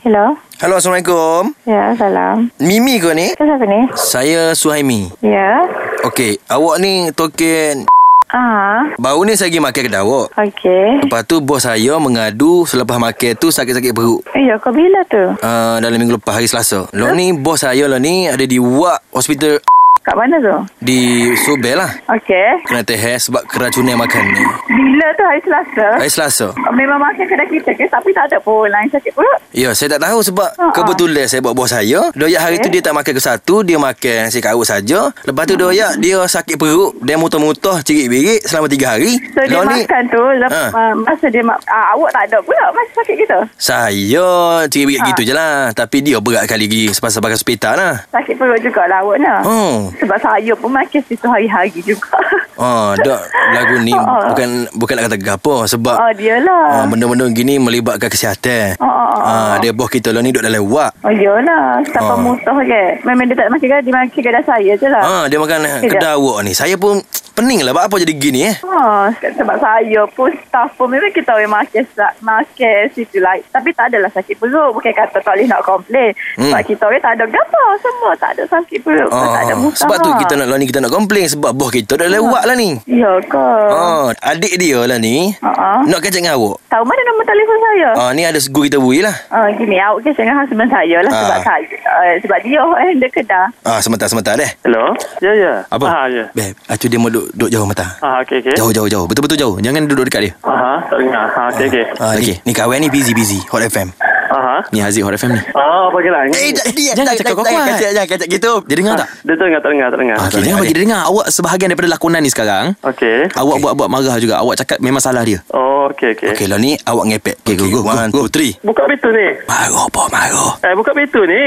Hello. Hello, Assalamualaikum. Ya, salam. Mimi ke ni? Ke siapa ni? Saya Suhaimi. Ya. Okey, awak ni token... Ah, Baru ni saya pergi makan kedai awak. okey. Lepas tu, bos saya mengadu selepas makan tu sakit-sakit perut. Ya, kau bila tu? Uh, dalam minggu lepas, hari Selasa. Lo ni, bos saya lo ni ada di WAK Hospital Kat mana tu? di Subel lah. Okey. Kena tehes sebab keracunan makan ni. Bila tu hari Selasa? Hari Selasa. Memang makan kedai kita ke? Tapi tak ada pun lain sakit perut. Ya, saya tak tahu Ha, sebab ha. uh-huh. kebetulan saya buat bos saya. Doyak hari tu dia tak makan ke satu, dia makan nasi karut saja. Lepas tu doyak dia sakit perut, dia muntah-muntah, cirit-birit selama tiga hari. So, dia Lepas Lah, ni, makan tu, lep- Ha. ah, masa dia ma- ah, awak tak ada pula masa sakit kita. Saya cirit-birit Ha. gitu je lah. Tapi dia berat kali gigi sebab pakai hospital lah. Sakit perut jugalah awak nak. Oh. Sebab saya pun makan situ hari-hari juga. Oh, dok lagu ni Ha. bukan bukan nak kata gapo sebab Oh, Ah, dialah. benda-benda gini melibatkan kesihatan. Ha, ha, ha, Ah, ha. dia bos kita lah ni duduk dalam wak. Oh, iyalah. Siapa Oh. musuh ke? Memang dia tak makan kedai, dia makan kedai saya je lah. Ah, dia makan Tidak. kedai awak ni. Saya pun pening lah buat apa jadi gini eh. Ha, sebab saya pun staff pun memang kita boleh makan sa- makan situ lah. Tapi tak adalah sakit perut. Bukan kata tak boleh nak komplain. Hmm. Sebab kita orang tak ada gapo semua. Tak ada sakit perut. Ah, tak ada muka. sebab tu kita nak lah ni kita nak komplain sebab bos kita dah lewat lah ni. Ya ke? Ah, adik dia lah ni Ha. nak kacau dengan awak. Tahu mana nombor telefon saya? Ah, ni ada guru kita bui lah. Uh, gini, awak kisah dengan husband saya lah Ah. sebab saya, uh, sebab dia eh, dia kedah. Ah, sebentar-sebentar deh. Hello? Ya, ya. Apa? Ah, ya. Beb, acu dia mau duduk, duduk jauh mata. Ah, okey, okey. Jauh, jauh, jauh. Betul-betul jauh. Jangan duduk dekat dia. Aha, tak dengar. Ah, okey, okey. Ah, okay. Ni kawan ni busy, busy. Hot FM. Aha. Ni Haziq Hot FM ni. Oh, bagi lain. Eh, jangan, dia, Jangan cakap kau kuat. Kacak, jangan kacak gitu. Ah, Dia dengar tak? Dia tak dengar, tak dengar, tak dengar. Ah, tak okay, jangan dengar bagi dia dengar. Awak sebahagian daripada lakonan ni sekarang. Okey. Awak buat-buat marah juga. Awak cakap memang salah dia. Oh, okey, okey. Okay, lah ni awak ngepek. Okay, go, go, go, one, go. two, three. Buka pintu ni. Marah, apa marah? Eh, buka pintu ni.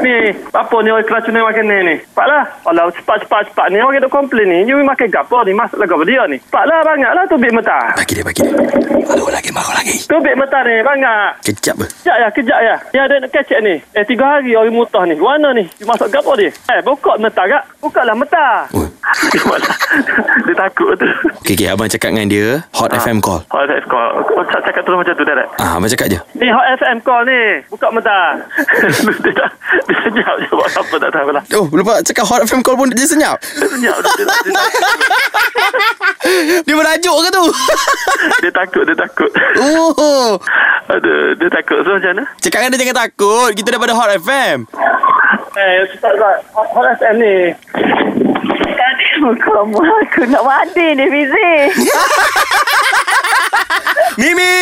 Ni, apa ni orang keracunan makanan ni? Cepatlah. Alah, cepat, cepat, cepat ni. Orang duk komplain ni. You makan gapo ni? Masalah gapo dia ni? Cepatlah, bangaklah lah tu bit mentah. Bagi dia, bagi dia. Marah lagi, marah lagi. Tu bit mentah ni, bangak. Kecap ber. Kejap ya, kejap ya. Ni ada nak kecek ni. Eh, tiga hari orang mutah ni. Warna ni. You masuk gapo dia? Eh, bokok mentah kak. Bukalah mentah. Oi. Dia malah- dia takut tu. Okay, okay. Abang cakap dengan dia. Ah. Hot FM call. Hot FM call. Kau cak- cakap terus macam tu, Darat. Ah, abang cakap je. Ni Hot FM call ni. Buka mentah. dia tak, dia senyap je. Buat apa tak tahu lah. Oh, lupa cakap Hot FM call pun dia senyap. Dia senyap je. Dia, tak- dia, tak- Dia merajuk ke tu? dia takut, dia takut. oh. Aduh, dia takut. So, macam mana? Cakap dengan dia jangan takut. Kita daripada Hot FM. Eh, tak, tak. Hot FM ni. Tadi muka mu aku nak mandi ni Fizi. Mimi!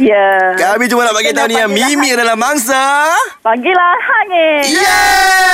ya. Kami cuma nak bagi tahu ni yang Mimi lah, adalah mangsa. Panggillah Hangin. Yeah!